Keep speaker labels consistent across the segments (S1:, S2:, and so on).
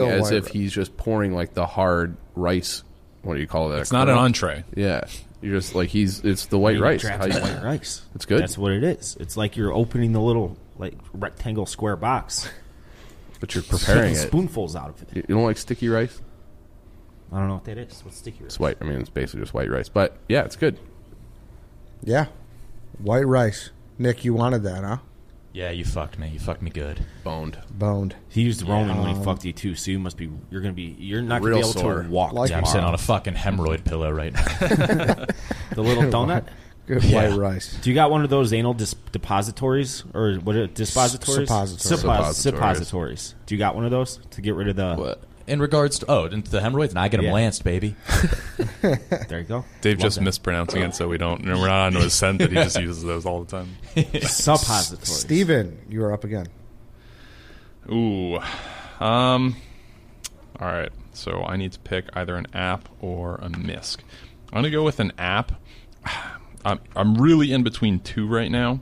S1: Go
S2: as
S1: white
S2: if
S1: rice.
S2: he's just pouring like the hard rice. What do you call that?
S3: It's not an entree.
S2: Yeah, you're just like he's. It's the white rice.
S4: Draft
S2: How you-
S4: is white rice.
S2: It's good.
S4: That's what it is. It's like you're opening the little like rectangle square box,
S2: but you're preparing it.
S4: taking spoonfuls out of it.
S2: You you don't like sticky rice?
S4: I don't know what that is. What's sticky?
S2: It's white. I mean, it's basically just white rice. But yeah, it's good.
S1: Yeah. White rice. Nick, you wanted that, huh?
S5: Yeah, you fucked me. You fucked me good.
S2: Boned.
S1: Boned.
S4: He used Roman when he fucked you too, so you must be. You're gonna be. You're not gonna
S2: Real
S4: be able
S2: sore.
S4: to walk.
S1: Like
S5: Yeah, I'm
S4: tomorrow.
S5: sitting on a fucking hemorrhoid pillow right now.
S4: the little donut.
S1: Good
S5: Yeah.
S1: white rice.
S4: Do you got one of those anal dis- depositories or what? Are, dispositories?
S1: suppositories.
S4: Suppo-
S2: Suppositories.
S4: suppositories. Do you got one of those to get rid of the?
S2: What?
S5: In regards to oh, into the hemorrhoids, and I get them
S4: Yeah.
S5: lanced, baby.
S4: There you go.
S6: Dave just mispronouncing it, so we don't. and We're not on his scent that he just uses those all the time.
S4: Suppositories.
S1: Steven, you are up again.
S6: Ooh. Um. All right. So I need to pick either an app or a misc. I'm gonna go with an app. I'm I'm really in between two right now.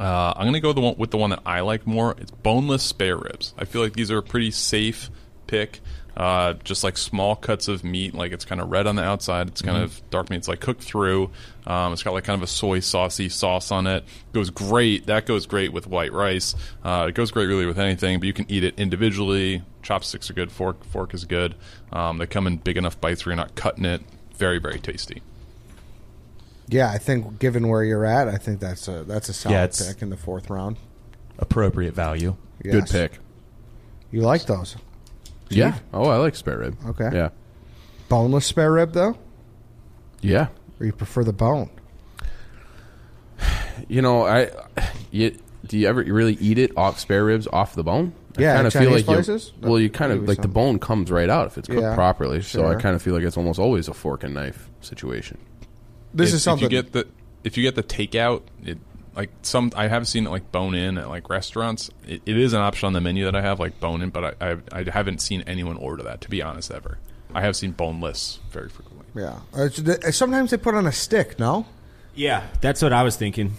S6: Uh, I'm gonna go the one, with the one that I like more. It's boneless spare ribs. I feel like these are a pretty safe pick. Uh, just like small cuts of meat, like it's kind of red on the outside, it's kind of dark meat. It's like cooked through. Um, it's got like kind of a soy saucy sauce on it. Goes great. That goes great with white rice. Uh, it goes great really with anything, but you can eat it individually. Chopsticks are good. Fork fork is good. Um, they come in big enough bites where you're not cutting it. Very very tasty.
S1: Yeah, I think given where you're at, I think that's a that's a solid
S5: Yeah, it's-
S1: pick in the fourth round.
S5: Appropriate value.
S2: Good
S1: Yes.
S2: pick.
S1: You like those.
S2: Yeah. Oh, I like spare rib.
S1: Okay.
S2: Yeah.
S1: Boneless spare rib though?
S2: Yeah.
S1: Or you prefer the bone?
S2: You know, I. You, do you ever really eat it off spare ribs off the bone?
S1: Yeah,
S2: I kind
S1: at
S2: of feel
S1: Chinese
S2: like
S1: places?
S2: you. Well, you kind
S1: Maybe
S2: of like the
S1: some.
S2: bone comes right out if it's cooked
S1: Yeah,
S2: properly. So I
S1: sure.
S2: kind of feel like it's almost always a fork and knife situation.
S1: This
S6: if,
S1: is something
S6: If you get the if you get the takeout, it like some I have seen it like bone in at like restaurants. It, it is an option on the menu that I have like bone in, but I, I I haven't seen anyone order that to be honest ever. I have seen boneless very frequently.
S1: Yeah. Uh, It's- th- sometimes they put on a stick, no?
S4: Yeah, that's what I was thinking.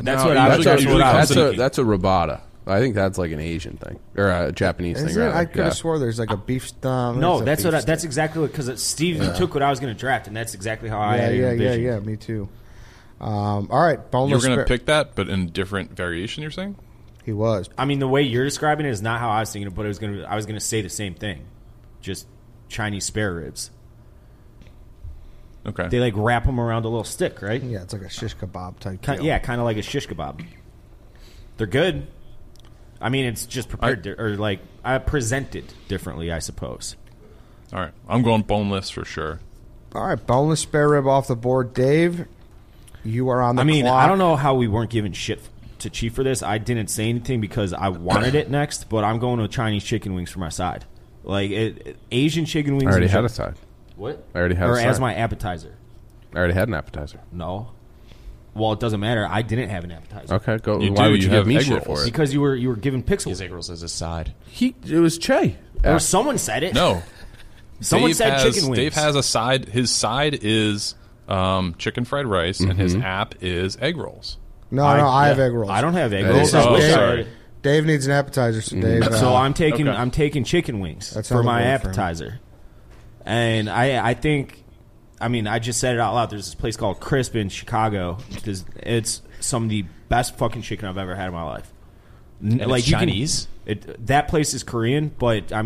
S4: That's
S6: No,
S4: what I was.
S6: usually-
S4: That's
S6: usually
S4: what I was
S2: that's a
S4: thinking.
S2: that's a ribata. I think that's like an Asian thing or a Japanese
S1: Is
S2: thing.
S1: it?
S2: rather.
S1: I could
S2: Yeah.
S1: have swore there's like a beef stump.
S4: no, that's what. I, that's exactly what. Because Steve took what I was going to draft, and that's exactly how I.
S1: yeah,
S4: had it
S1: yeah, yeah,
S4: envisioned.
S1: yeah. Me too. Um, all right,
S6: You were
S1: boneless.
S6: gonna
S1: spare-
S6: pick that, but in a different variation. You're saying?
S1: He was.
S4: I mean, the way you're describing it is not how I was thinking it, but it was going to. I was going to say the same thing, just Chinese spare ribs.
S6: Okay.
S4: They like wrap them around a little stick, right?
S1: Yeah, it's like a shish kebab type.
S4: Ki-
S1: deal.
S4: yeah, kind of like a shish kebab. They're good. I mean, it's just prepared di- or like uh, presented differently, I suppose.
S6: All right. I'm going boneless for sure.
S1: All right, boneless spare rib off the board. Dave, you are on the.
S4: I mean,
S1: clock.
S4: I don't know how we weren't giving shit to Chief for this. I didn't say anything because I wanted it next, but I'm going with Chinese chicken wings for my side. Like it, it- Asian chicken wings.
S2: I already
S4: and
S2: had
S4: chi-
S2: a side.
S4: What?
S2: I already had
S4: Or
S2: a
S4: as
S2: side.
S4: my appetizer.
S2: I already had an appetizer.
S4: No. Well, it doesn't matter. I didn't have an appetizer
S2: Okay, go.
S6: You
S2: why
S6: do,
S2: would
S6: you
S2: you,
S6: have
S2: give me
S6: egg
S2: shit
S6: rolls.
S2: for it?
S4: because you were you were given pixels.
S5: These egg rolls as a side.
S2: He, it was Che.
S4: Or someone said it.
S6: No.
S4: Someone
S6: Dave
S4: said
S6: has-
S4: chicken wings.
S6: Dave has a side. His side is um, chicken fried rice, and his app is egg rolls.
S1: No, no, I have egg rolls.
S4: I don't have egg
S2: That
S4: rolls.
S2: is-
S4: I
S6: oh,
S4: wish I
S6: sorry.
S4: had-
S1: Dave needs an appetizer,
S2: Mm.
S1: so Dave. uh,
S4: So I'm taking
S6: Okay.
S4: I'm taking chicken wings
S1: That sounds
S4: for my
S1: like a good
S4: appetizer, and I I think, I mean I just said it out loud. There's this place called Crisp in Chicago. It's, it's some of the best fucking chicken I've ever had in my life. N-
S5: And it's
S4: you can-
S5: Chinese?
S4: it, that place is Korean, but I